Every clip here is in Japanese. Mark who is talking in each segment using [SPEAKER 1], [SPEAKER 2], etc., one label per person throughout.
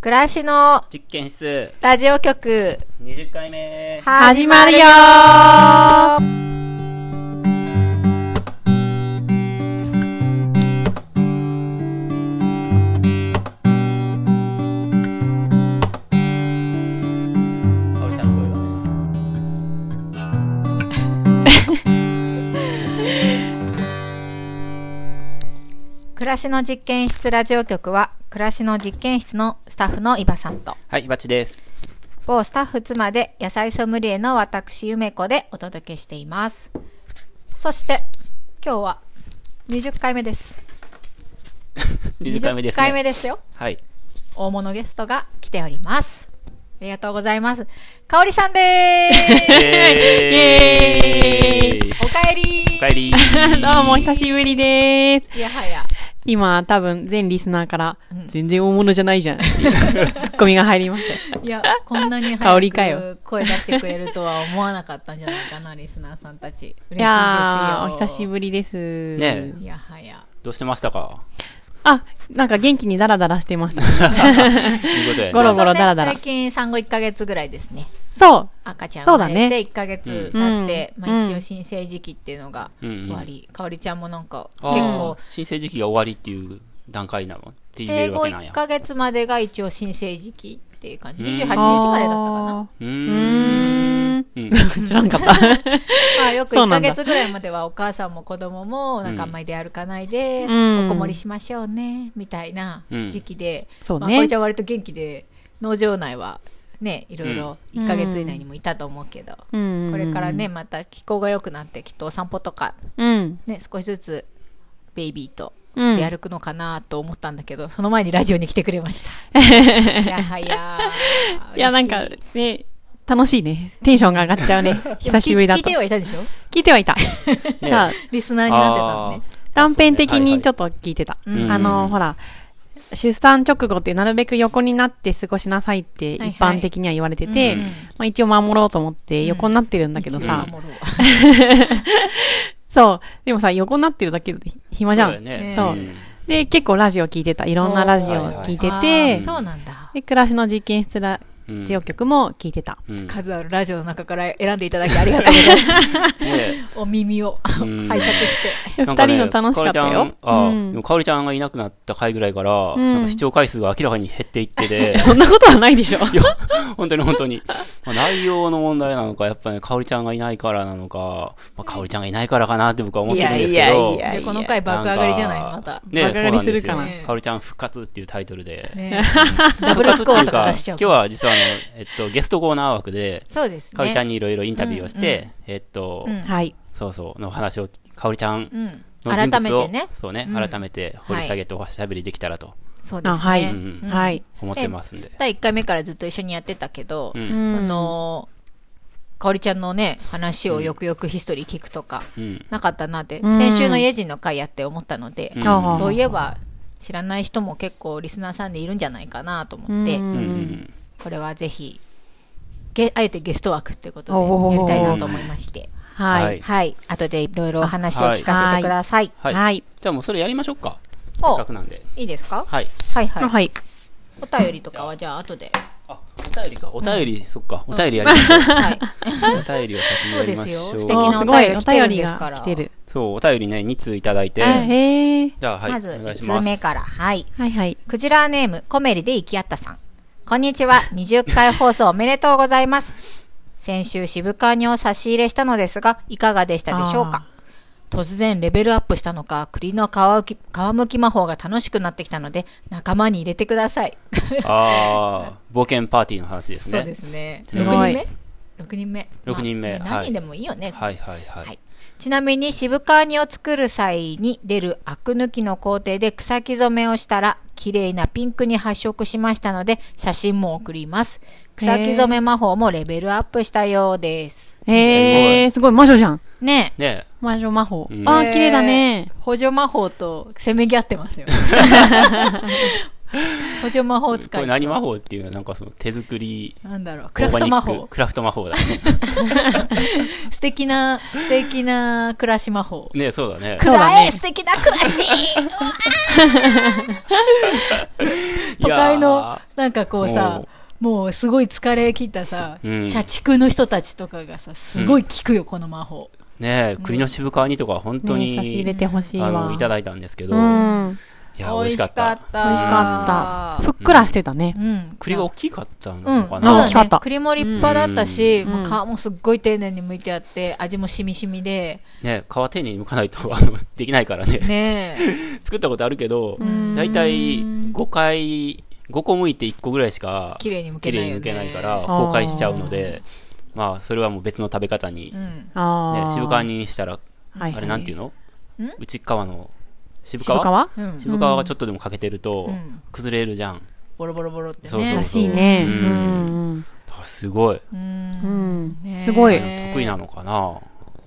[SPEAKER 1] 暮らしの
[SPEAKER 2] 実験室
[SPEAKER 1] ラジオ局
[SPEAKER 2] 20回目
[SPEAKER 1] 始まるよ
[SPEAKER 2] かおりちゃんの声がね
[SPEAKER 1] 暮らしの実験室ラジオ局は暮らしの実験室のスタッフの伊庭さんと
[SPEAKER 2] はいバチです
[SPEAKER 1] 某スタッフ妻で野菜ソムリエの私梅子でお届けしていますそして今日は20回目です
[SPEAKER 2] 20回目です、ね、
[SPEAKER 1] 20回目ですよ
[SPEAKER 2] はい
[SPEAKER 1] 大物ゲストが来ておりますありがとうございますかおりさんでー す
[SPEAKER 2] えーイ
[SPEAKER 1] おかえり
[SPEAKER 2] お かえり
[SPEAKER 3] どうも、久しぶりでーす。
[SPEAKER 1] いやはや
[SPEAKER 3] 今、多分、全リスナーから、全然大物じゃない じゃん。ツッコミが入りました。
[SPEAKER 1] いや、こんなに
[SPEAKER 3] 香りかよ
[SPEAKER 1] 早く声出してくれるとは思わなかったんじゃないか な、リスナーさんたち。嬉しいですよ。
[SPEAKER 3] いやー、お久しぶりです。
[SPEAKER 2] ねえ
[SPEAKER 1] いやはや。
[SPEAKER 2] どうしてましたか
[SPEAKER 3] あ、なんか元気にダラダラしてまし た。
[SPEAKER 2] ということでね
[SPEAKER 3] ゴロゴロダラダラ
[SPEAKER 1] ちょうどね最近産後1ヶ月ぐらいですね。
[SPEAKER 3] そう。
[SPEAKER 1] 赤ちゃん
[SPEAKER 3] そう
[SPEAKER 1] 生ま
[SPEAKER 3] だ
[SPEAKER 1] れて
[SPEAKER 3] ね
[SPEAKER 1] 1ヶ月経って、
[SPEAKER 3] うん
[SPEAKER 1] まあ一応新生時期っていうのが
[SPEAKER 2] うん
[SPEAKER 1] 終わり、かおりちゃんもなんか結
[SPEAKER 2] あー
[SPEAKER 1] 構、
[SPEAKER 2] 新生時期が終わりっていう段階なのってい
[SPEAKER 1] 生
[SPEAKER 2] う
[SPEAKER 1] 後
[SPEAKER 2] わけなんや
[SPEAKER 1] 1ヶ月までが一応新生時期っていう感じ。
[SPEAKER 2] うん
[SPEAKER 1] 28日までだったかな。
[SPEAKER 2] う
[SPEAKER 3] う
[SPEAKER 2] ーん
[SPEAKER 3] ーん。
[SPEAKER 2] うん
[SPEAKER 3] 知らんかった。
[SPEAKER 1] まあよく
[SPEAKER 3] そ
[SPEAKER 1] 1
[SPEAKER 3] うな
[SPEAKER 1] ヶ
[SPEAKER 3] んだ
[SPEAKER 1] 月ぐらいまではお母さんも子供もなんかあんまり出歩かないで、
[SPEAKER 3] うん
[SPEAKER 1] おこもりしましょうね、みたいな時期で、
[SPEAKER 3] うんそうね
[SPEAKER 1] まあ、これちゃん割と元気で、農場内はね、いろいろ1ヶ月以内にもいたと思うけど、
[SPEAKER 3] うん
[SPEAKER 1] これから。ね、また気候が良くなってきっとお散歩とか
[SPEAKER 3] うん。
[SPEAKER 1] ね、少しずつベイビーと
[SPEAKER 3] うん
[SPEAKER 1] 出歩くのかなと思ったんだけど、その前にラジオに来てくれま した。いやはや。
[SPEAKER 3] いや、なんか
[SPEAKER 1] 嬉しい、
[SPEAKER 3] ね、楽しいね。テンションが上がっちゃ うね。久しぶりだ
[SPEAKER 1] 聞い
[SPEAKER 3] と
[SPEAKER 1] て。はいたでしょ
[SPEAKER 3] 聞いてはい た。
[SPEAKER 2] ね
[SPEAKER 3] さあ
[SPEAKER 1] リスナーになってたのね。
[SPEAKER 3] 断片的にちょっと聞いてた。
[SPEAKER 2] ん
[SPEAKER 3] あの、ほら、出産直後ってなるべく横になって過ごしなさいって
[SPEAKER 1] はい
[SPEAKER 3] 一般的には言われてて、
[SPEAKER 1] うんうん
[SPEAKER 3] まあ一応守ろうと思って横になってるんだけどさ、
[SPEAKER 1] 一応守ろう
[SPEAKER 3] そう、でもさ、横になってるだけで暇じゃ。
[SPEAKER 2] そうんだよね
[SPEAKER 3] そ
[SPEAKER 2] う
[SPEAKER 3] う
[SPEAKER 2] ん
[SPEAKER 3] で、結構ラジオ聞いてた。いろんなラジオ聞いて
[SPEAKER 1] あー
[SPEAKER 3] て、
[SPEAKER 1] そうなんだ。
[SPEAKER 3] で、暮らしの実験室ラ
[SPEAKER 2] うん
[SPEAKER 3] ジオ局も聞いてた。
[SPEAKER 2] うんね
[SPEAKER 1] 数あるラジオの中から選んでいただきありがとうございます。
[SPEAKER 2] え
[SPEAKER 1] お耳を拝
[SPEAKER 2] ん
[SPEAKER 1] 借して。
[SPEAKER 2] な
[SPEAKER 3] 二、
[SPEAKER 2] ん
[SPEAKER 3] 人
[SPEAKER 2] かね
[SPEAKER 3] の楽しかったよ。
[SPEAKER 2] かおりちゃんああ、
[SPEAKER 3] うん
[SPEAKER 2] でもかおりちゃんがいなくなった回ぐらいから、
[SPEAKER 3] ん
[SPEAKER 2] なんか視聴回数が明らかに減っていって て、
[SPEAKER 3] そんなことはないでしょ。
[SPEAKER 2] いや、本当に本当に。まあ、内容の問題なのか、やっぱり、ね、かおりちゃんがいないからなのか、まあ、かおりちゃんがいないからかなって僕は思ってるんですけど。
[SPEAKER 3] いやいやいや
[SPEAKER 1] じゃあこの回爆上がりじゃないまた。
[SPEAKER 2] ね、
[SPEAKER 3] 爆上がりするかな
[SPEAKER 2] そうなんですよかおりちゃん復活っていうタイトルで。
[SPEAKER 1] ね ダブルスコアとか出しちゃう
[SPEAKER 2] 今日
[SPEAKER 1] から。
[SPEAKER 2] は実はあの、えっと、ゲストコーナー枠で、
[SPEAKER 1] そうですね。
[SPEAKER 2] かおりちゃんにいろいろインタビューをして、えっと、
[SPEAKER 1] うん
[SPEAKER 3] はい。
[SPEAKER 2] そうそう、の話を、かおりちゃん
[SPEAKER 1] うん。
[SPEAKER 2] の人
[SPEAKER 1] 改め
[SPEAKER 2] 物を、
[SPEAKER 1] てね。
[SPEAKER 2] そうね、
[SPEAKER 1] うん
[SPEAKER 2] 改めて掘り下げておしゃべりできたらと
[SPEAKER 1] そうですね。
[SPEAKER 3] あはい
[SPEAKER 1] うん
[SPEAKER 2] うん
[SPEAKER 3] はい。
[SPEAKER 2] 思ってますんで。
[SPEAKER 1] 第1回目からずっと一緒にやってたけど、
[SPEAKER 2] うん
[SPEAKER 1] あ
[SPEAKER 3] うん
[SPEAKER 1] のー、かおりちゃんのね、話をよくよくヒストリー聞くとか、
[SPEAKER 2] うん。
[SPEAKER 1] なかったなって、
[SPEAKER 3] うん
[SPEAKER 1] 先週の家人の回やって思ったので、
[SPEAKER 2] うん
[SPEAKER 3] ああ
[SPEAKER 1] そういえば知らない人も結構リスナーさんでいるんじゃないかなと思って、
[SPEAKER 2] うんうん
[SPEAKER 1] これはぜひゲあえてゲスト枠ってこと
[SPEAKER 3] お
[SPEAKER 1] で
[SPEAKER 3] ー
[SPEAKER 1] やりたいなと思いまして
[SPEAKER 3] は
[SPEAKER 2] はい
[SPEAKER 3] い。
[SPEAKER 1] はい後でいろいろお話を聞かせてください、
[SPEAKER 2] はい。
[SPEAKER 3] はい。
[SPEAKER 2] じゃあもうそれやりましょうか。
[SPEAKER 1] お
[SPEAKER 2] せっかくなんで。
[SPEAKER 1] いいですか、
[SPEAKER 2] はい。
[SPEAKER 1] はい、はい
[SPEAKER 3] はい。
[SPEAKER 1] お便りとかはじゃあ後 で、
[SPEAKER 2] あ、お便りか。お便り、そっか。お便りやり ましょう。
[SPEAKER 1] はい、
[SPEAKER 2] お便りを先にやりまし
[SPEAKER 1] そう
[SPEAKER 2] ょ
[SPEAKER 1] で
[SPEAKER 2] う。
[SPEAKER 1] すよ素敵
[SPEAKER 3] お
[SPEAKER 1] な
[SPEAKER 3] ー
[SPEAKER 1] お
[SPEAKER 3] す
[SPEAKER 1] 便
[SPEAKER 3] ごい
[SPEAKER 1] り
[SPEAKER 3] お
[SPEAKER 1] 来てる
[SPEAKER 3] 便
[SPEAKER 1] ん
[SPEAKER 3] り
[SPEAKER 1] ですか
[SPEAKER 3] が
[SPEAKER 1] ら
[SPEAKER 3] 来てる。
[SPEAKER 2] そう、お便りね、2通いただいて。
[SPEAKER 3] あへえ。
[SPEAKER 2] じゃあ、はい。
[SPEAKER 1] まず
[SPEAKER 2] お願いし
[SPEAKER 1] 1
[SPEAKER 2] ま
[SPEAKER 1] つ
[SPEAKER 2] す。
[SPEAKER 1] 目からはい
[SPEAKER 3] はいはい。
[SPEAKER 1] クジラーネームコメリで行き合ったさんこんにちは20回放送おめでとうございます先週渋カニを差し入れしたのですがいかがでしたでしょうか突然レベルアップしたのか栗の皮むき皮むき魔法が楽しくなってきたので仲間に入れてください
[SPEAKER 2] あー、冒険パーティーの話ですね。
[SPEAKER 1] そうですね
[SPEAKER 3] ごい
[SPEAKER 1] 6人目6人目
[SPEAKER 2] 六人目
[SPEAKER 1] まあ
[SPEAKER 2] はい
[SPEAKER 1] 何人でもいいよね、
[SPEAKER 2] はいはいはい。
[SPEAKER 1] はいちなみに渋皮煮を作る際に出るアク抜きの工程で草木染めをしたら綺麗なピンクに発色しましたので写真も送ります草木染め魔法もレベルアップしたようです
[SPEAKER 3] へえ、すごい魔女じゃん。
[SPEAKER 1] ね
[SPEAKER 2] ね
[SPEAKER 3] 魔女魔法。
[SPEAKER 2] うん
[SPEAKER 3] あ
[SPEAKER 1] え
[SPEAKER 3] ー、綺麗だね。
[SPEAKER 1] 補助魔法とせめぎ合ってますよ補助魔法使
[SPEAKER 2] これ
[SPEAKER 1] い。
[SPEAKER 2] 何魔法っていうのはなんかその手作り
[SPEAKER 1] なんだろう。クラフト魔
[SPEAKER 2] オーガニッ
[SPEAKER 1] 法
[SPEAKER 2] ク。クラフト魔法だ
[SPEAKER 1] 素敵な、素敵な暮らし魔法。
[SPEAKER 2] ねそうだね
[SPEAKER 1] く
[SPEAKER 3] そうだ
[SPEAKER 1] ら
[SPEAKER 3] ね
[SPEAKER 1] え、素敵な暮らし 都会
[SPEAKER 2] いや
[SPEAKER 1] の
[SPEAKER 2] ー、
[SPEAKER 1] なんかこうさ
[SPEAKER 2] も、
[SPEAKER 1] もうすごい疲れ切ったさ、
[SPEAKER 2] うん
[SPEAKER 1] 社畜の人たちとかがさ、すごい効くよ、この魔法。
[SPEAKER 2] ね国の渋川にとか本当
[SPEAKER 3] ね差し入
[SPEAKER 2] に、
[SPEAKER 3] れてほしい
[SPEAKER 2] あ
[SPEAKER 3] わ。
[SPEAKER 2] のいただいたんですけど、
[SPEAKER 3] う
[SPEAKER 2] い
[SPEAKER 3] ん。
[SPEAKER 2] や美味しかった
[SPEAKER 1] た
[SPEAKER 3] 美味しかった。ふっくらしてたね。
[SPEAKER 1] うん。
[SPEAKER 2] 栗が大きかったの
[SPEAKER 1] うん、
[SPEAKER 2] か
[SPEAKER 1] そうだ
[SPEAKER 2] な、
[SPEAKER 1] ね
[SPEAKER 3] 大きかった
[SPEAKER 1] 栗も立派だったし、
[SPEAKER 3] うん
[SPEAKER 1] まあ
[SPEAKER 3] うん
[SPEAKER 1] 皮もすっごい丁寧に剥いてあって、味もしみしみで、
[SPEAKER 2] ね皮丁寧に剥かないとあの できないからね
[SPEAKER 1] ね え。
[SPEAKER 2] 作ったことあるけど大体5回5個剥いて1個ぐらいしか
[SPEAKER 1] 綺麗に剥け
[SPEAKER 2] 綺
[SPEAKER 1] ない
[SPEAKER 2] 麗
[SPEAKER 1] よ
[SPEAKER 2] に
[SPEAKER 1] ね。
[SPEAKER 2] 剥けないから崩壊しちゃうのでまあそれはもう別の食べ方に、
[SPEAKER 1] う
[SPEAKER 2] ね、
[SPEAKER 1] ん。
[SPEAKER 3] ああ。
[SPEAKER 2] 渋川にしたら
[SPEAKER 3] はいはい、
[SPEAKER 2] あれなんていうの
[SPEAKER 1] ん
[SPEAKER 2] 内側の渋
[SPEAKER 3] 渋
[SPEAKER 2] 川
[SPEAKER 3] 川
[SPEAKER 1] うん。
[SPEAKER 2] 渋川がちょっとでも欠けてると
[SPEAKER 1] うん。
[SPEAKER 2] 崩れるじゃん、
[SPEAKER 1] ボロボロボロってね。
[SPEAKER 2] そうそう
[SPEAKER 3] らしいね。
[SPEAKER 2] う
[SPEAKER 3] うんん。
[SPEAKER 2] あすごい
[SPEAKER 1] うん
[SPEAKER 3] うん。
[SPEAKER 1] ねえ
[SPEAKER 3] すごい。
[SPEAKER 2] 得意なのかな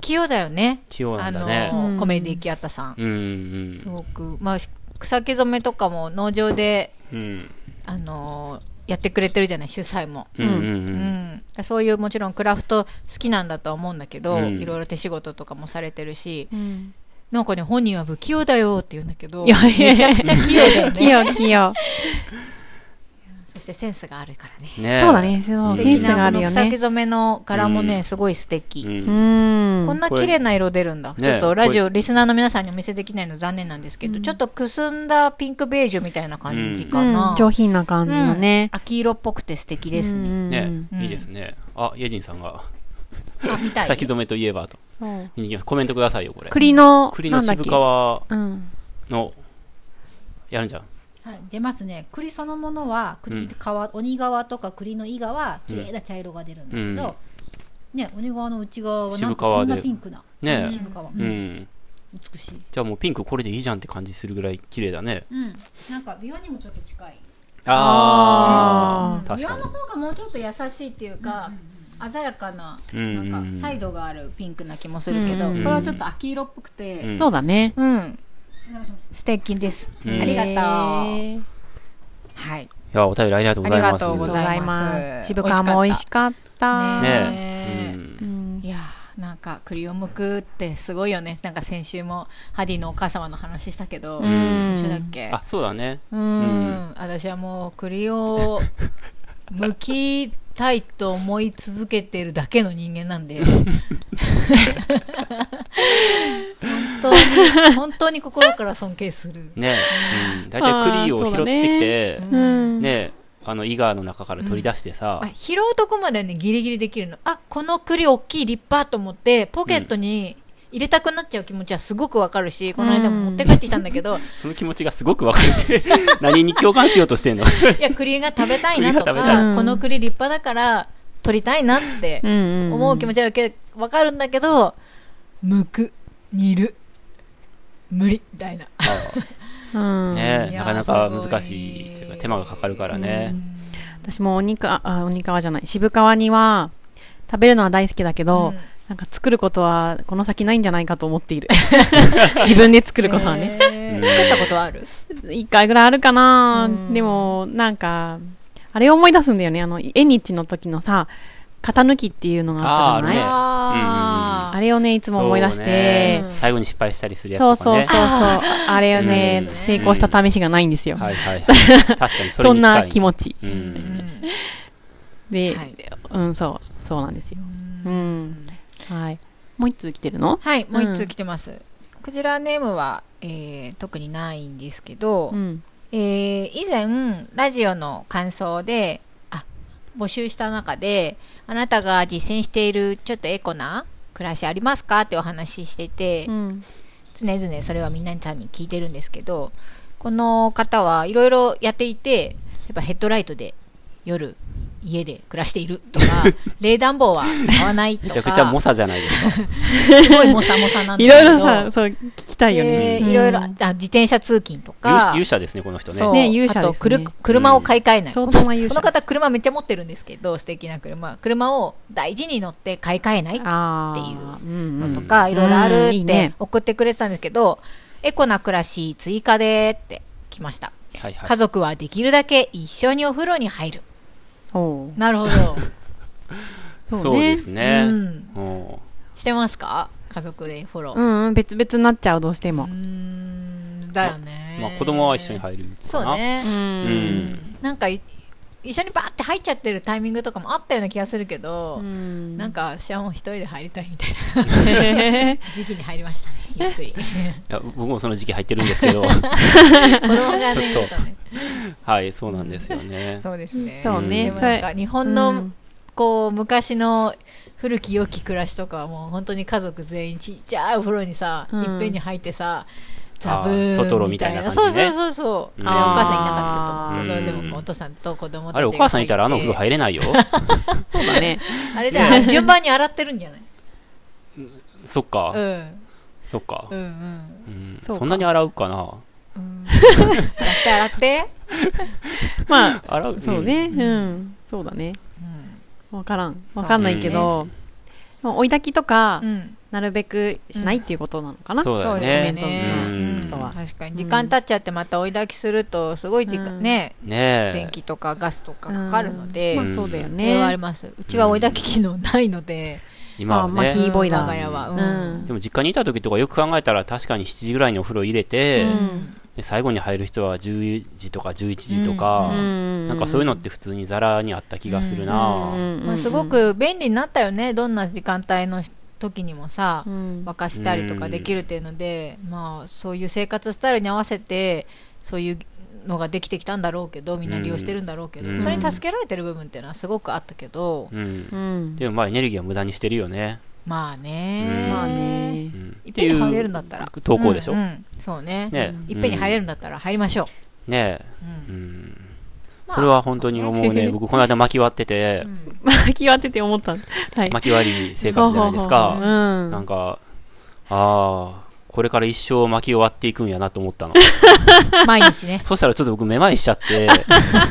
[SPEAKER 1] 器用だよね。
[SPEAKER 2] 器用な
[SPEAKER 1] あ
[SPEAKER 2] んだ
[SPEAKER 1] の
[SPEAKER 2] ね、
[SPEAKER 1] ー
[SPEAKER 3] うん
[SPEAKER 1] コメディキアッタさん。
[SPEAKER 2] うん
[SPEAKER 1] すごく、まあ、草木染めとかも農場で、
[SPEAKER 2] うんうん
[SPEAKER 1] あのーやってくれてるじゃない、主催も。
[SPEAKER 2] うんうん
[SPEAKER 1] う
[SPEAKER 2] うん
[SPEAKER 1] ん、そういうもちろんクラフト好きなんだとは思うんだけど、
[SPEAKER 2] うん
[SPEAKER 1] いろいろ手仕事とかもされてるしなんかね本人は不器用だよって言うんだけど
[SPEAKER 3] いやいや
[SPEAKER 1] めちゃくちゃ器用だよ
[SPEAKER 3] 器
[SPEAKER 1] ね
[SPEAKER 3] 用、器用。
[SPEAKER 1] そしてセンスがあるからね
[SPEAKER 2] ねえ
[SPEAKER 3] そうだね、そ
[SPEAKER 2] 素
[SPEAKER 3] う、セ
[SPEAKER 2] 敵
[SPEAKER 3] ンス
[SPEAKER 2] な
[SPEAKER 3] があるよ
[SPEAKER 1] この草木
[SPEAKER 3] ね。
[SPEAKER 1] 染めの柄もね、
[SPEAKER 2] うん
[SPEAKER 1] すごい素敵、
[SPEAKER 2] うん
[SPEAKER 3] うん。
[SPEAKER 1] こんな綺麗な色出るんだ、
[SPEAKER 2] これ
[SPEAKER 1] ちょっ
[SPEAKER 2] ね
[SPEAKER 1] と
[SPEAKER 2] え
[SPEAKER 1] ラジオリスナーの皆さんにお見せできないの残念なんですけど、ちょっとくすんだピンクベージュみたいな感じかな、
[SPEAKER 3] うん上品な感じのね。
[SPEAKER 1] うん秋色っぽくて素敵ですね、
[SPEAKER 2] ね
[SPEAKER 3] ね。
[SPEAKER 1] うん
[SPEAKER 2] いいですねあイェジンさんが
[SPEAKER 1] あ見
[SPEAKER 2] 「
[SPEAKER 1] たい
[SPEAKER 2] 先染めといえば」と
[SPEAKER 3] うん
[SPEAKER 2] 見に行きますコメントくださいよこれ
[SPEAKER 3] 栗の、
[SPEAKER 2] 栗
[SPEAKER 3] な
[SPEAKER 2] の
[SPEAKER 3] んだっ
[SPEAKER 2] 渋
[SPEAKER 3] け
[SPEAKER 2] 川
[SPEAKER 3] うん。
[SPEAKER 2] のやるんじゃん
[SPEAKER 4] はい、出ますね栗そのものは
[SPEAKER 2] うん
[SPEAKER 4] 栗皮、鬼側とか栗の伊賀は綺麗な茶色が出るんだけど、ね、鬼側の内側はなん
[SPEAKER 2] 渋
[SPEAKER 4] かこ
[SPEAKER 2] 川
[SPEAKER 4] ん
[SPEAKER 2] で
[SPEAKER 4] なピンクな、
[SPEAKER 2] ね
[SPEAKER 4] 渋川、う
[SPEAKER 2] えうんん
[SPEAKER 4] 美しい、
[SPEAKER 2] じゃあもうピンクこれでいいじゃんって感じするぐらい綺麗だね
[SPEAKER 4] うん、なんか美容にもちょっと近い
[SPEAKER 2] あ
[SPEAKER 1] うん
[SPEAKER 2] 確か
[SPEAKER 1] ビワの方がもうちょっと優しいっていうか、鮮やかな
[SPEAKER 2] にう
[SPEAKER 1] なん
[SPEAKER 2] ん
[SPEAKER 1] かサイドがあるピンクな気もするけど、
[SPEAKER 3] うん
[SPEAKER 1] これはちょっと秋色っぽくて、
[SPEAKER 3] そうだね。
[SPEAKER 1] うん素敵です、
[SPEAKER 2] うん
[SPEAKER 1] ありがとう、
[SPEAKER 3] へー
[SPEAKER 1] はい
[SPEAKER 2] いやお便りありがとう
[SPEAKER 1] あ
[SPEAKER 2] ご
[SPEAKER 1] り
[SPEAKER 2] ざい
[SPEAKER 1] が
[SPEAKER 2] ます
[SPEAKER 1] とうご
[SPEAKER 3] あ
[SPEAKER 1] ざ
[SPEAKER 3] りがとうござ
[SPEAKER 1] い
[SPEAKER 3] い
[SPEAKER 1] ま
[SPEAKER 3] ますす。渋川も美味しかっ
[SPEAKER 1] ま
[SPEAKER 3] た。
[SPEAKER 1] す
[SPEAKER 2] ねえ
[SPEAKER 1] ねえ
[SPEAKER 2] うん
[SPEAKER 3] うん
[SPEAKER 1] いやーなんか栗をむくってすごいよねなんか先週もハリーのお母様の話したけど、
[SPEAKER 3] ん
[SPEAKER 1] 先週だっけ
[SPEAKER 2] あそうだね
[SPEAKER 1] うん私はもう栗を剥きたいと思い続けてるだけの人間なんで本当に本当に心から尊敬する
[SPEAKER 2] ねえ、うん、大体栗を拾ってきて、
[SPEAKER 1] う
[SPEAKER 2] ね
[SPEAKER 1] ん
[SPEAKER 3] うん。
[SPEAKER 2] え、あの、伊賀の中から取り出してさ
[SPEAKER 1] あ、拾うとこまでねギリギリできるのあこの栗大きい立派と思ってポケットに入れたくなっちゃう気持ちはすごくわかるし、この間も持って帰ってきたんだけど、
[SPEAKER 2] その気持ちがすごく分かって、 何に共感しようとしてんの
[SPEAKER 1] いや栗が食べたいなと
[SPEAKER 2] 栗が食べ
[SPEAKER 1] か、
[SPEAKER 3] たい
[SPEAKER 1] この栗立派だから取りたいなって
[SPEAKER 3] うん。
[SPEAKER 1] 思う気持ちはわかるんだけど、むく、煮る、無理、みたいな。
[SPEAKER 3] ち。う ん。
[SPEAKER 2] ね
[SPEAKER 1] い
[SPEAKER 2] え、
[SPEAKER 1] や
[SPEAKER 2] な
[SPEAKER 1] ー
[SPEAKER 2] かなか難しいというか、
[SPEAKER 1] すごい
[SPEAKER 2] 手間がかかるからね。
[SPEAKER 3] 私もお肉、あ、あお肉はじゃない。渋川には、食べるのは大好きだけ
[SPEAKER 1] う
[SPEAKER 3] ど、
[SPEAKER 1] ん
[SPEAKER 3] なんか作ることはこの先ないんじゃないかと思っている。自分で作ることはね。
[SPEAKER 1] へー作ったことはある
[SPEAKER 3] 一回ぐらいあるかな、
[SPEAKER 1] うん
[SPEAKER 3] でも、なんか、あれを思い出すんだよね。あの、縁日の時のさ、型抜きっていうのがあったじゃないあ,、
[SPEAKER 2] ね
[SPEAKER 1] あー
[SPEAKER 3] れをね、いつも思い出し
[SPEAKER 2] そう
[SPEAKER 3] て、
[SPEAKER 2] ね最後に失敗したりするや
[SPEAKER 3] そう
[SPEAKER 2] つと
[SPEAKER 3] そ
[SPEAKER 2] か
[SPEAKER 3] うそう
[SPEAKER 2] ね。
[SPEAKER 3] そう。あれをね、
[SPEAKER 2] うん
[SPEAKER 3] 成功した試しがないんですよ。
[SPEAKER 2] はい はいはい。確かにそれ
[SPEAKER 3] そ
[SPEAKER 2] に
[SPEAKER 3] ん
[SPEAKER 2] 近い。
[SPEAKER 3] な気持ち。
[SPEAKER 2] う。
[SPEAKER 1] うんん
[SPEAKER 3] で、
[SPEAKER 1] はい
[SPEAKER 3] うん、そう、そうなんですよ。うん。はい。もう一通来てるの
[SPEAKER 1] はい、もう一通来てます。クジラネームは、えー特にないんですけど、
[SPEAKER 3] うん。
[SPEAKER 1] えー以前、ラジオの感想で、あ、募集した中で、あなたが実践しているちょっとエコな暮らしありますかってお話ししてて、
[SPEAKER 3] うん。
[SPEAKER 1] 常々それはみんなさんに聞いてるんですけどこの方はいろいろやっていてやっぱヘッドライトで夜家で暮らしているとか冷暖房は買わないと
[SPEAKER 2] め
[SPEAKER 1] か
[SPEAKER 2] ちゃくちゃ猛者じゃないですか。
[SPEAKER 1] すごいモサモサなんだけ
[SPEAKER 3] い
[SPEAKER 1] ど
[SPEAKER 3] ろいろさ、そう、聞きたいよね。
[SPEAKER 1] でいろいろ
[SPEAKER 3] う
[SPEAKER 1] あ
[SPEAKER 3] ん
[SPEAKER 1] 自転車通勤とか
[SPEAKER 2] 勇勇者ですね、この人ね
[SPEAKER 1] そう。
[SPEAKER 3] ね勇者ですね
[SPEAKER 1] あとくる車を買い替えない、
[SPEAKER 3] 相
[SPEAKER 1] こ
[SPEAKER 3] 当
[SPEAKER 1] の
[SPEAKER 3] な勇者
[SPEAKER 1] この方車めっちゃ持ってるんですけど素敵な車車を大事に乗って買い替えない
[SPEAKER 3] あ
[SPEAKER 1] っ
[SPEAKER 3] ーうんう
[SPEAKER 1] の
[SPEAKER 3] ん
[SPEAKER 1] とか、
[SPEAKER 3] ん
[SPEAKER 1] いろいろある
[SPEAKER 3] うんい
[SPEAKER 1] っ
[SPEAKER 3] い
[SPEAKER 1] て
[SPEAKER 3] ね
[SPEAKER 1] 送ってくれてたんですけど、エコな暮らし追加でってきました。
[SPEAKER 2] はいはい。
[SPEAKER 1] 家族はできるだけ一緒にお風呂に入る。
[SPEAKER 3] おう
[SPEAKER 1] なるほど。
[SPEAKER 3] そうね
[SPEAKER 2] そうです
[SPEAKER 1] う
[SPEAKER 2] ね。
[SPEAKER 1] ん。
[SPEAKER 2] うん。
[SPEAKER 1] してますか家族でフォロー。
[SPEAKER 3] うんうん、別々になっちゃう、どうしても
[SPEAKER 1] う。ーんだよね。
[SPEAKER 2] まあ子供は一緒に入るかな。
[SPEAKER 1] そう。ね
[SPEAKER 3] う。。
[SPEAKER 2] うんん。
[SPEAKER 1] なんかい、一緒にバーって入っちゃってるタイミングとかもあったような気がするけど、
[SPEAKER 3] うん
[SPEAKER 1] なんか、私はもう一人で入りたいみたい
[SPEAKER 3] へ
[SPEAKER 1] な時期に入りましたね。ゆっくり。
[SPEAKER 2] いや、僕もその時期入ってるんですけど、
[SPEAKER 1] 子供がね、
[SPEAKER 2] ち
[SPEAKER 1] ち
[SPEAKER 2] ょ
[SPEAKER 1] ょ
[SPEAKER 2] っ
[SPEAKER 1] っ
[SPEAKER 2] と
[SPEAKER 1] とね。
[SPEAKER 2] はい、そうなんですよね。
[SPEAKER 1] そうですね。
[SPEAKER 3] そう
[SPEAKER 1] で
[SPEAKER 3] ね
[SPEAKER 1] も。
[SPEAKER 3] そ
[SPEAKER 1] なん
[SPEAKER 3] れ
[SPEAKER 1] か、日本
[SPEAKER 3] う
[SPEAKER 1] の
[SPEAKER 3] ん、
[SPEAKER 1] こう、昔の古き良き暮らしとかはもう本当に家族全員ちっちゃいお風呂にさ、
[SPEAKER 3] うん
[SPEAKER 1] いっぺんに入ってさ、ザブーン
[SPEAKER 2] あートトロみたいな感じね
[SPEAKER 1] そうそうそうそう。
[SPEAKER 2] うん
[SPEAKER 1] あれはお母さんいなかったと思うけ
[SPEAKER 2] あー
[SPEAKER 1] ど、でもお父さんと子供たちが
[SPEAKER 2] あれ、お母さんいたらあのお風呂
[SPEAKER 1] る。
[SPEAKER 2] 入れないよ。
[SPEAKER 3] そう だね。
[SPEAKER 1] あれじゃあ、順番に洗ってるんじゃない
[SPEAKER 2] そっか、
[SPEAKER 1] うん。
[SPEAKER 2] そっか
[SPEAKER 1] う。んうん。
[SPEAKER 2] うん
[SPEAKER 3] そうか
[SPEAKER 2] そんなに洗うかな。
[SPEAKER 1] 洗って洗って。
[SPEAKER 3] まあ、
[SPEAKER 2] 洗う。
[SPEAKER 3] そうね。うん。そうだね。わからん。わかんないけど、でも追い炊きとか
[SPEAKER 1] う、ん。
[SPEAKER 3] なるべくしないっていうことなのか
[SPEAKER 2] う。。
[SPEAKER 3] なん
[SPEAKER 2] そうだよ
[SPEAKER 1] です
[SPEAKER 2] ね。
[SPEAKER 1] ね。
[SPEAKER 2] うん
[SPEAKER 1] うん
[SPEAKER 3] あとは
[SPEAKER 1] 確かに。時間経っちゃってまた追い焚きすると、すごい時
[SPEAKER 3] う
[SPEAKER 1] 間、
[SPEAKER 3] ん
[SPEAKER 1] ね、電
[SPEAKER 2] ねえ。
[SPEAKER 1] 気とかガスとかかかるので、
[SPEAKER 3] うん
[SPEAKER 1] うん
[SPEAKER 3] まあそうだよ
[SPEAKER 1] それはあり
[SPEAKER 3] ね。
[SPEAKER 1] ます。うちは追い焚き機能ないので、
[SPEAKER 2] 今は
[SPEAKER 3] まあまあ
[SPEAKER 2] ね
[SPEAKER 3] キ。ーボイラー
[SPEAKER 1] 我が家は。
[SPEAKER 3] う
[SPEAKER 1] うん。
[SPEAKER 3] ん
[SPEAKER 2] で。も実家にいた時とかよく考えたら確かに7時ぐらいにお風呂入れて、
[SPEAKER 3] うん
[SPEAKER 2] で最後に入る人は10時とか11時とか、
[SPEAKER 3] うん
[SPEAKER 2] なんかそういうのって普通にザラにあった気がするな、
[SPEAKER 1] まあ、すご、く便利になったよね。どんな時間帯の時にもさ
[SPEAKER 3] う、ん
[SPEAKER 1] 沸かしたりとかできるっていうので、まあ、そういう生活スタイルに合わせて、そういうのができてきたんだろうけど、みんな利用してるんだろうけど、
[SPEAKER 2] うん
[SPEAKER 1] それに助けられてる部分っていうのはすごくあったけど、
[SPEAKER 2] うん
[SPEAKER 3] うん。
[SPEAKER 2] でもまあエネルギーは無駄にしてるよね、
[SPEAKER 1] まあね
[SPEAKER 2] うん
[SPEAKER 3] まあね
[SPEAKER 2] う。ん、
[SPEAKER 1] いっぺんに入れるんだったら。
[SPEAKER 2] 投稿でしょ、
[SPEAKER 1] うんうんそうね。
[SPEAKER 2] ね
[SPEAKER 1] いっぺんに入れるん
[SPEAKER 2] だ
[SPEAKER 1] だったら入りましょう。
[SPEAKER 2] ねえ、
[SPEAKER 1] うん
[SPEAKER 2] うん
[SPEAKER 1] まあ
[SPEAKER 2] それは本当に思うね僕この間巻き割ってて
[SPEAKER 1] うん
[SPEAKER 3] まあ、気を当てて思った。はい。
[SPEAKER 2] 巻き割り生活じゃないですか、
[SPEAKER 3] うん。
[SPEAKER 2] なんかああこれから一生巻き終わっていくんやなと思 ったの。
[SPEAKER 1] 毎日ね
[SPEAKER 2] そしたらちょっと僕めまいしちゃって
[SPEAKER 1] う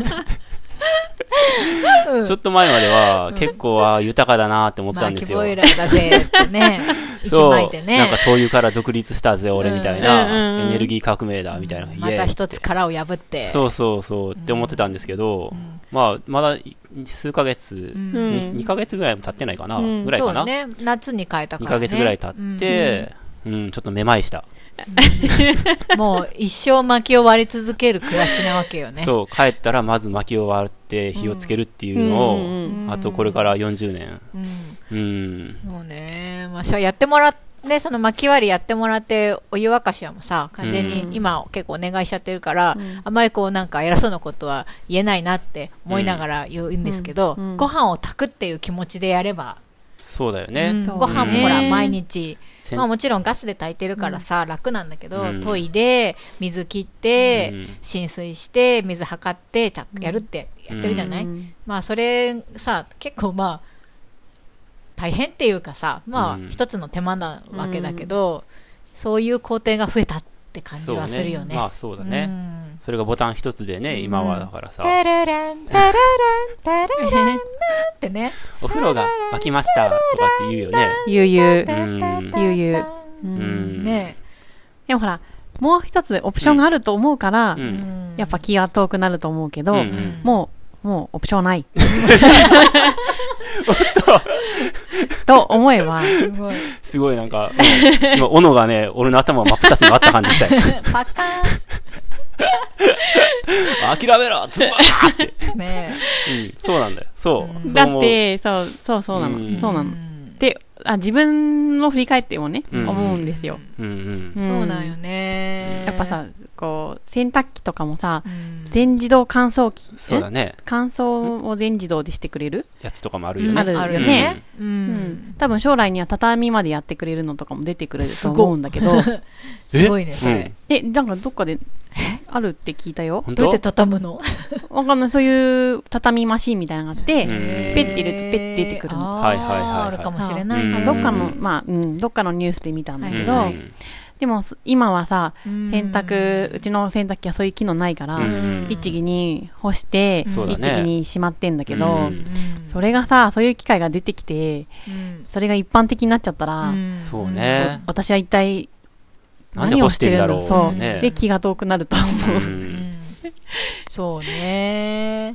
[SPEAKER 1] ん
[SPEAKER 2] ちょっと前までは結構あー豊かだな って思ってたんですよ。
[SPEAKER 1] まあ、キボイラーだぜってね。息巻いてね
[SPEAKER 2] なんか。灯油から独立したぜ、俺みたい
[SPEAKER 3] うんうん
[SPEAKER 2] な。
[SPEAKER 3] うん
[SPEAKER 2] エネルギー革命だ、みたいな。
[SPEAKER 1] ま
[SPEAKER 2] イエ
[SPEAKER 1] た
[SPEAKER 2] ーイ
[SPEAKER 1] 一つ殻を破って。
[SPEAKER 2] そうそうそうって思ってたんですけど、まあ、まだ数ヶ月、
[SPEAKER 1] うん
[SPEAKER 3] うん
[SPEAKER 2] に2ヶ月ぐらいも経ってないかな、
[SPEAKER 3] うん
[SPEAKER 2] ぐらいか
[SPEAKER 1] そ
[SPEAKER 2] な。
[SPEAKER 1] うね。夏に変えたか
[SPEAKER 2] 2
[SPEAKER 1] ら、ね。
[SPEAKER 2] ヶ月ぐらい経っ、て、うん、ちょっとめまいした。
[SPEAKER 1] うんもう一生薪を割り続ける暮らしなわけよね。
[SPEAKER 2] そう、帰ったらまず薪を割って火をつけるっていう
[SPEAKER 3] うん
[SPEAKER 2] のを、
[SPEAKER 3] うん
[SPEAKER 1] うん
[SPEAKER 2] あとこれから40年。
[SPEAKER 1] うん。
[SPEAKER 2] うん。
[SPEAKER 1] もうね、まあ、そうやってもらって、ね、その薪割りやってもらって、お湯沸かしはもうさ、完全
[SPEAKER 3] うん
[SPEAKER 1] に今結構お願いしちゃってるから、
[SPEAKER 3] うん
[SPEAKER 1] あんまりこうなんか偉そうなことは言えないなって思いながら言うんですけど、
[SPEAKER 3] うんうん
[SPEAKER 1] ご飯を炊くっていう気持ちでやれば、
[SPEAKER 2] そうだよ
[SPEAKER 1] う
[SPEAKER 2] ね。
[SPEAKER 1] ん
[SPEAKER 3] そうね
[SPEAKER 1] ご飯もほら毎日、
[SPEAKER 2] せん
[SPEAKER 1] まあ、もちろんガスで炊いてるからさ、楽なんだけど、
[SPEAKER 2] うん
[SPEAKER 1] 研いで水切って、
[SPEAKER 2] うん
[SPEAKER 1] 浸水して水測ってたやるってやってるじゃない、
[SPEAKER 3] うん
[SPEAKER 1] まあそれさ結構まあ大変っていうかさまあ
[SPEAKER 2] うん
[SPEAKER 1] 一つの手間なわけだけど、そういう工程が増えたって感じはするよ
[SPEAKER 2] そう
[SPEAKER 1] ね。
[SPEAKER 2] まあそう
[SPEAKER 1] う
[SPEAKER 2] だね。
[SPEAKER 1] ん
[SPEAKER 2] それがボタン一つでね、今はだからさ、
[SPEAKER 1] タラランタラランタラランタランってね。
[SPEAKER 2] お風呂が沸きましたとかって言うよね。
[SPEAKER 3] ゆうゆ
[SPEAKER 2] う
[SPEAKER 3] う。
[SPEAKER 2] ん
[SPEAKER 3] ゆうゆう。う
[SPEAKER 2] うんん。
[SPEAKER 1] ね
[SPEAKER 3] でもほら、もう一つオプションがあると思うから
[SPEAKER 2] う、。
[SPEAKER 1] え、うんん
[SPEAKER 3] やっぱ気が遠くなると思うけ
[SPEAKER 2] う
[SPEAKER 3] ど、
[SPEAKER 2] んうん
[SPEAKER 3] もう、もうオプションない。と思 えば、
[SPEAKER 1] すごい。
[SPEAKER 2] すごいなんか、うん今、斧がね、俺の頭を真っ二つに割った感じ したよ。
[SPEAKER 1] パカ
[SPEAKER 2] 諦めろつばーって。
[SPEAKER 1] ーンね
[SPEAKER 2] うん、そうなんだよ。そう。そう思う
[SPEAKER 3] だっ、て、そう、そうそうな
[SPEAKER 2] うん
[SPEAKER 3] の。
[SPEAKER 1] え。
[SPEAKER 3] そうな
[SPEAKER 1] う
[SPEAKER 3] の。
[SPEAKER 1] ん
[SPEAKER 3] で、あ自分を振り返ってもね、
[SPEAKER 2] うん
[SPEAKER 3] 思うんですよ。
[SPEAKER 2] うんうん。
[SPEAKER 1] そうなんよね。
[SPEAKER 3] やっぱさ、こう、洗濯機とかもさ
[SPEAKER 1] う、ん、
[SPEAKER 3] 全自動乾燥機。
[SPEAKER 2] そうだ
[SPEAKER 3] ん
[SPEAKER 2] ね。
[SPEAKER 3] 乾燥を全自動でしてくれる
[SPEAKER 2] やつとかもあるよね。
[SPEAKER 3] あるよね
[SPEAKER 1] あるよね。う。
[SPEAKER 3] うんん。多分将来には畳までやってくれるのとかも出てくると思うんだけど、
[SPEAKER 1] すごいね、
[SPEAKER 2] え
[SPEAKER 1] それ。
[SPEAKER 3] で、なんかどっかで、あるって聞いたよ。
[SPEAKER 2] 本
[SPEAKER 1] どうや
[SPEAKER 2] 当
[SPEAKER 1] って畳むの
[SPEAKER 3] わかんない、そういう畳マシーンみたいなのがあって、
[SPEAKER 2] うん
[SPEAKER 3] ペッて入れてペッて出てくるの
[SPEAKER 1] あー
[SPEAKER 2] はいはいはいはい
[SPEAKER 1] あるかもしれな
[SPEAKER 2] う
[SPEAKER 1] い
[SPEAKER 2] ん
[SPEAKER 1] な
[SPEAKER 3] まあ
[SPEAKER 2] う
[SPEAKER 3] どっかの、
[SPEAKER 2] うん
[SPEAKER 3] まあ、うん、どっかのニュースで見たんだ
[SPEAKER 1] だ
[SPEAKER 3] け
[SPEAKER 1] け
[SPEAKER 3] ど、
[SPEAKER 1] はい
[SPEAKER 3] でも、す今はさ、
[SPEAKER 1] うん
[SPEAKER 3] 洗濯、うちの洗濯機はそういう機能ないから、
[SPEAKER 2] うん
[SPEAKER 3] 律儀に干して、
[SPEAKER 2] そうだ
[SPEAKER 3] 律
[SPEAKER 2] ね
[SPEAKER 3] 儀にしまってんだけ
[SPEAKER 2] う
[SPEAKER 3] ど、
[SPEAKER 2] ん
[SPEAKER 3] それがさ、そういう機械が出てきて、
[SPEAKER 1] うん
[SPEAKER 3] それが一般的になっちゃったら、
[SPEAKER 1] うん
[SPEAKER 2] そうね。
[SPEAKER 3] 私は一体、
[SPEAKER 2] なんで干してんだろう
[SPEAKER 3] 何をしてるんだそう、
[SPEAKER 2] ね
[SPEAKER 3] で、気が遠くなると思う。
[SPEAKER 2] うん
[SPEAKER 1] そうね。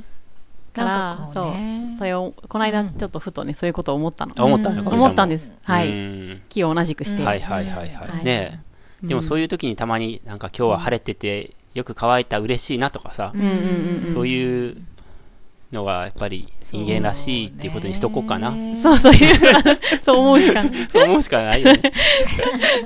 [SPEAKER 1] なんかこうね。
[SPEAKER 3] それを、この間、ちょっとふとね、そういうことを思ったの。
[SPEAKER 2] あ思ったのかおりちゃんも
[SPEAKER 3] 思ったんです。は
[SPEAKER 2] う
[SPEAKER 3] い。
[SPEAKER 2] ん
[SPEAKER 3] 気を同じくして。
[SPEAKER 2] はいはいはいは。
[SPEAKER 3] はい
[SPEAKER 2] ね
[SPEAKER 3] い
[SPEAKER 2] えでもそういう時にたまになんか今日は晴れてて、よく乾いた嬉しいなとかさ
[SPEAKER 3] う、んうんうんうん。
[SPEAKER 2] そういうのがやっぱり人間らしいっていうことにしとこうかな。
[SPEAKER 3] そう、そういう、 そう思うしかない。
[SPEAKER 2] そう思うしかない よね。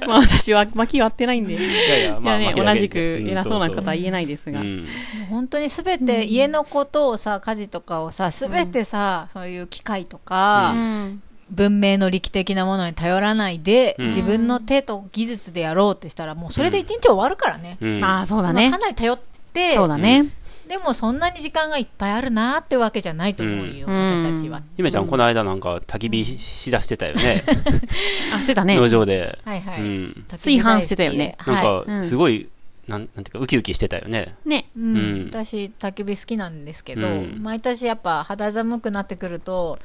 [SPEAKER 3] まあ私は巻き割ってないんで。
[SPEAKER 2] いやいや、まあ、
[SPEAKER 3] いやね、
[SPEAKER 2] まあ
[SPEAKER 3] 同じく偉そうなことは言えないです
[SPEAKER 2] う
[SPEAKER 3] が。
[SPEAKER 2] ん。
[SPEAKER 1] 本当にすべて家のことをさ、家事とかをさ、すべてさ、そういう機械と
[SPEAKER 2] う
[SPEAKER 1] か、
[SPEAKER 3] ん
[SPEAKER 1] 文明の力的なものに頼らないで、
[SPEAKER 2] うん
[SPEAKER 1] 自分の手と技術でやろうってしたら、もうそれで一日終わるからね。
[SPEAKER 2] うん。
[SPEAKER 3] まあ、そうだね
[SPEAKER 1] まあか。なり頼って
[SPEAKER 3] そう、だね。
[SPEAKER 1] でもそんなに時間がいっぱいあるなーってわけじゃないと思うよ、
[SPEAKER 3] うん
[SPEAKER 1] 私たちは。
[SPEAKER 2] ゆめちゃん、この間なんか焚き火しだしてたよね。
[SPEAKER 3] あ、してたね。
[SPEAKER 2] 農場で。
[SPEAKER 1] はいは
[SPEAKER 2] う
[SPEAKER 1] い。
[SPEAKER 2] ん。
[SPEAKER 1] 炊き火大好き
[SPEAKER 3] 炊飯してたよね
[SPEAKER 1] はい
[SPEAKER 2] なん
[SPEAKER 3] う
[SPEAKER 2] か、
[SPEAKER 3] ん
[SPEAKER 2] すごい、なんなんていうか、ウキウキしてたよね。
[SPEAKER 3] ね。
[SPEAKER 1] うん
[SPEAKER 2] うん
[SPEAKER 1] 私焚き火好きなんですけど、
[SPEAKER 2] うん
[SPEAKER 1] 毎年やっぱ肌寒くなってくると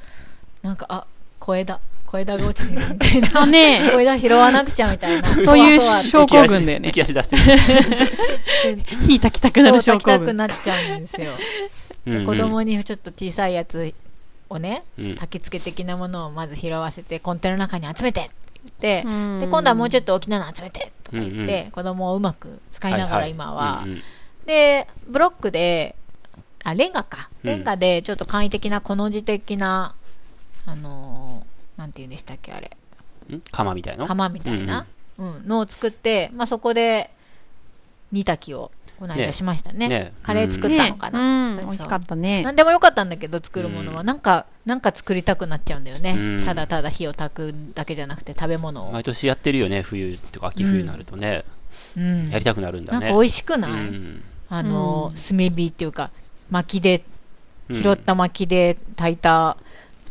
[SPEAKER 1] なんかあ小枝小枝が落ちてるみたい
[SPEAKER 3] あ、
[SPEAKER 1] な、
[SPEAKER 3] ね
[SPEAKER 1] 小枝拾わなくちゃみたいな
[SPEAKER 3] そういう
[SPEAKER 1] そわそわ
[SPEAKER 3] 症候群だよね
[SPEAKER 2] 浮。き足出して る
[SPEAKER 1] って
[SPEAKER 3] 火炊きたくなる
[SPEAKER 1] そう炊
[SPEAKER 3] 症
[SPEAKER 1] きた
[SPEAKER 3] 候
[SPEAKER 1] く
[SPEAKER 3] 群。
[SPEAKER 1] なっちゃうんですよ
[SPEAKER 2] うんうん。
[SPEAKER 1] 子供にちょっと小さいやつをね
[SPEAKER 2] うん
[SPEAKER 1] 焚き付け的なものをまず拾わせてコンテナの中に集めてって言って、
[SPEAKER 3] うん
[SPEAKER 1] で今度はもうちょっと大きなの集めてとか言って、
[SPEAKER 2] うん
[SPEAKER 1] 子供をうまく使いながら今は、
[SPEAKER 2] いいうん
[SPEAKER 1] で、ブロックで、あ、レンガか。
[SPEAKER 2] うん
[SPEAKER 1] レンガで、ちょっと簡易的な、この字的な、あのーなんて言うんでしたっけ、あれ。
[SPEAKER 2] うんん釜みたいの
[SPEAKER 1] 釜みたいな、うん、のを作って、まあ、そこで、煮炊きを、この間
[SPEAKER 2] ね
[SPEAKER 1] しましたね。
[SPEAKER 2] ね
[SPEAKER 1] カレー作ったのかな。
[SPEAKER 3] ね。
[SPEAKER 1] そううんそう
[SPEAKER 3] 美味しかったね
[SPEAKER 1] なん。でもよかったんだけど、作るもの
[SPEAKER 2] う
[SPEAKER 1] は。なんか、なんか作りたくなっちゃうんだよね。
[SPEAKER 2] うん
[SPEAKER 1] ただただ火を炊くだけじゃなくて、食べ物を。
[SPEAKER 2] 毎年やってるよね、冬とか秋冬になるとね。
[SPEAKER 1] うん。
[SPEAKER 2] やりたくなるんだ
[SPEAKER 1] なん
[SPEAKER 2] ね。
[SPEAKER 1] か美味しくない、
[SPEAKER 2] うん
[SPEAKER 1] あの
[SPEAKER 3] うん
[SPEAKER 1] ー、炭火っていうか、薪で
[SPEAKER 2] うん
[SPEAKER 1] 拾った薪で炊いた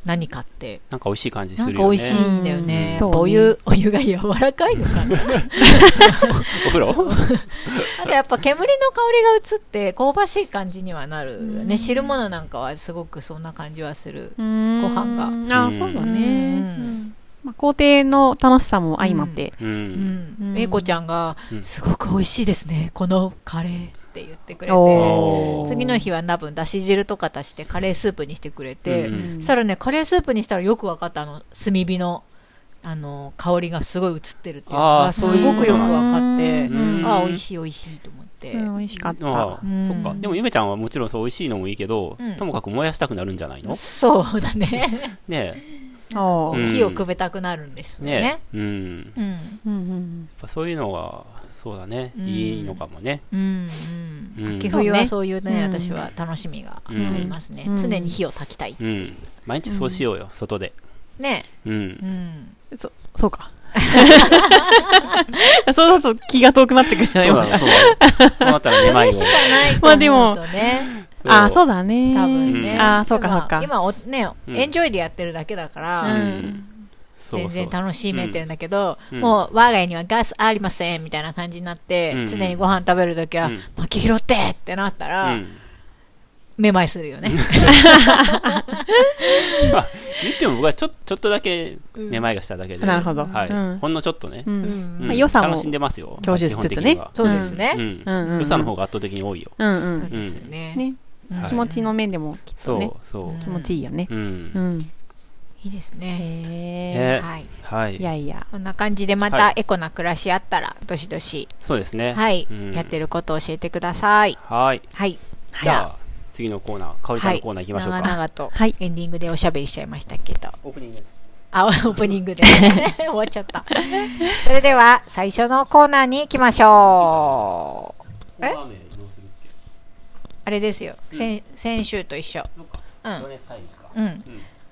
[SPEAKER 1] 何かって、
[SPEAKER 2] なんか美味しい感じす
[SPEAKER 1] な
[SPEAKER 2] る
[SPEAKER 1] ん
[SPEAKER 2] よ
[SPEAKER 1] か
[SPEAKER 2] ね。
[SPEAKER 1] 美味しいんだよね。
[SPEAKER 3] うん
[SPEAKER 1] やっぱお湯、お湯が柔らかいのかな。
[SPEAKER 2] お風呂
[SPEAKER 1] あとやっぱ煙の香りが移って香ばしい感じにはなるよね。汁物なんかはすごくそんな感じはする。
[SPEAKER 3] ご飯
[SPEAKER 1] 飯
[SPEAKER 2] が
[SPEAKER 3] あ、そうだ
[SPEAKER 1] う
[SPEAKER 3] ね。
[SPEAKER 1] ん
[SPEAKER 3] まあ工程の楽しさも相まって。
[SPEAKER 2] う。
[SPEAKER 1] うんん。
[SPEAKER 3] ん
[SPEAKER 1] 英子ちゃんが
[SPEAKER 2] うん、
[SPEAKER 1] すごく美味しいですね。このカレーって言ってくれて。
[SPEAKER 3] おー
[SPEAKER 1] 次の日は多分だし汁とか足してカレースープにしてくれて、
[SPEAKER 2] う
[SPEAKER 3] うん
[SPEAKER 1] そしたらね、カレースープにしたらよく分かった、あの、炭火の、あの、香りがすごい移ってるっていうの
[SPEAKER 2] あー
[SPEAKER 1] が、すごくよく分かって
[SPEAKER 2] う、ん
[SPEAKER 1] あー、美味しい美味しいと思って。
[SPEAKER 3] うん美味しかった。
[SPEAKER 2] ああ、
[SPEAKER 1] うん
[SPEAKER 2] そっか。でもゆめちゃんはもちろんそう美味しいのもいいけど
[SPEAKER 1] うん、
[SPEAKER 2] ともかく燃やしたくなるんじゃないの
[SPEAKER 1] そうだね。
[SPEAKER 2] ね
[SPEAKER 3] お ー
[SPEAKER 2] うん
[SPEAKER 1] 火をくべたくなるんです
[SPEAKER 2] え。
[SPEAKER 1] よね
[SPEAKER 2] ね。え。うん。やっ
[SPEAKER 1] うん。
[SPEAKER 3] うんうん
[SPEAKER 2] ぱそういうのは、そうだね。
[SPEAKER 1] うん
[SPEAKER 2] いいのかもね。
[SPEAKER 1] うん
[SPEAKER 2] う
[SPEAKER 1] うん。
[SPEAKER 2] ん
[SPEAKER 1] 秋冬は
[SPEAKER 3] そ
[SPEAKER 1] そういうね、
[SPEAKER 3] うん
[SPEAKER 1] 私は楽しみがありますね
[SPEAKER 3] う。ん
[SPEAKER 1] 常に火を焚きたい。
[SPEAKER 2] うん。毎日そうしようよ、外で。
[SPEAKER 1] ね。
[SPEAKER 2] うん
[SPEAKER 1] う。ん。
[SPEAKER 3] そうか。 そうだと気が遠くなってくるじゃ
[SPEAKER 2] そう
[SPEAKER 3] ない
[SPEAKER 2] だね、そうだね。そうなったら2
[SPEAKER 1] そ
[SPEAKER 2] 枚を
[SPEAKER 1] れし。かない
[SPEAKER 3] まあ
[SPEAKER 1] と
[SPEAKER 3] で
[SPEAKER 1] 思う
[SPEAKER 3] も
[SPEAKER 1] とね、
[SPEAKER 3] あ、そう
[SPEAKER 2] う。
[SPEAKER 3] だね。
[SPEAKER 1] 多分
[SPEAKER 2] う
[SPEAKER 1] ね。
[SPEAKER 2] ん
[SPEAKER 3] あーそうか
[SPEAKER 1] ま
[SPEAKER 3] そうか
[SPEAKER 1] 今、おね、
[SPEAKER 2] うん
[SPEAKER 1] エンジョイでやってるだけだから、
[SPEAKER 2] うん。そうそう
[SPEAKER 1] 全然楽しめてるんだけど、
[SPEAKER 2] うん
[SPEAKER 1] もう我が家にはガスありませんみたいな感じになって、
[SPEAKER 2] うん
[SPEAKER 1] 常にご飯食べるときは、
[SPEAKER 2] うん
[SPEAKER 1] 巻き拾ってってなったら、
[SPEAKER 2] うん
[SPEAKER 1] めまいするよね。
[SPEAKER 2] まあ、言っても僕はちょちょっとだけめまいがしただけで、
[SPEAKER 3] なるほど
[SPEAKER 2] はい
[SPEAKER 3] うん
[SPEAKER 2] ほんのちょっとね、
[SPEAKER 3] う
[SPEAKER 1] うん
[SPEAKER 3] ん
[SPEAKER 2] うん
[SPEAKER 3] まあ良さも
[SPEAKER 2] 楽しんでますよ
[SPEAKER 3] 享受しつつね
[SPEAKER 2] 基本的
[SPEAKER 1] そうですね。
[SPEAKER 2] に
[SPEAKER 3] う
[SPEAKER 2] は、
[SPEAKER 3] ん
[SPEAKER 2] うん
[SPEAKER 3] うん。
[SPEAKER 2] 良さの方が圧倒的に多いよ、
[SPEAKER 3] うんう。
[SPEAKER 1] そうんですよね,、
[SPEAKER 3] ね。
[SPEAKER 2] はい
[SPEAKER 3] 気持ちの面でもきっと
[SPEAKER 2] そう
[SPEAKER 3] ね。
[SPEAKER 2] そううん
[SPEAKER 3] 気持ちいいよね。
[SPEAKER 2] うん、
[SPEAKER 3] うん。
[SPEAKER 1] いいですね。
[SPEAKER 3] へえ。
[SPEAKER 2] ね
[SPEAKER 1] はい。
[SPEAKER 2] はい
[SPEAKER 3] いやいや。
[SPEAKER 1] こんな感じでま
[SPEAKER 2] は
[SPEAKER 1] た
[SPEAKER 2] い
[SPEAKER 1] エコな暮らしあったら、どしどし、
[SPEAKER 2] そうですね
[SPEAKER 1] はい、
[SPEAKER 2] うん
[SPEAKER 1] やってることを教えてください。
[SPEAKER 2] はい
[SPEAKER 1] はい。
[SPEAKER 2] じゃあ次のコーナーかおりちゃんのコーナー行きましょうか、
[SPEAKER 1] 長々と、
[SPEAKER 3] はい
[SPEAKER 1] エンディングでおしゃべりしちゃいましたけど。
[SPEAKER 2] オープニング
[SPEAKER 1] あ、オープニングで。 終わっちゃった。それでは、最初のコーナーに行きましょう。え
[SPEAKER 2] ーメンどうする
[SPEAKER 1] あれですよ。先先週と一緒。
[SPEAKER 2] のか
[SPEAKER 1] うん。
[SPEAKER 2] 熱細工か
[SPEAKER 1] うん。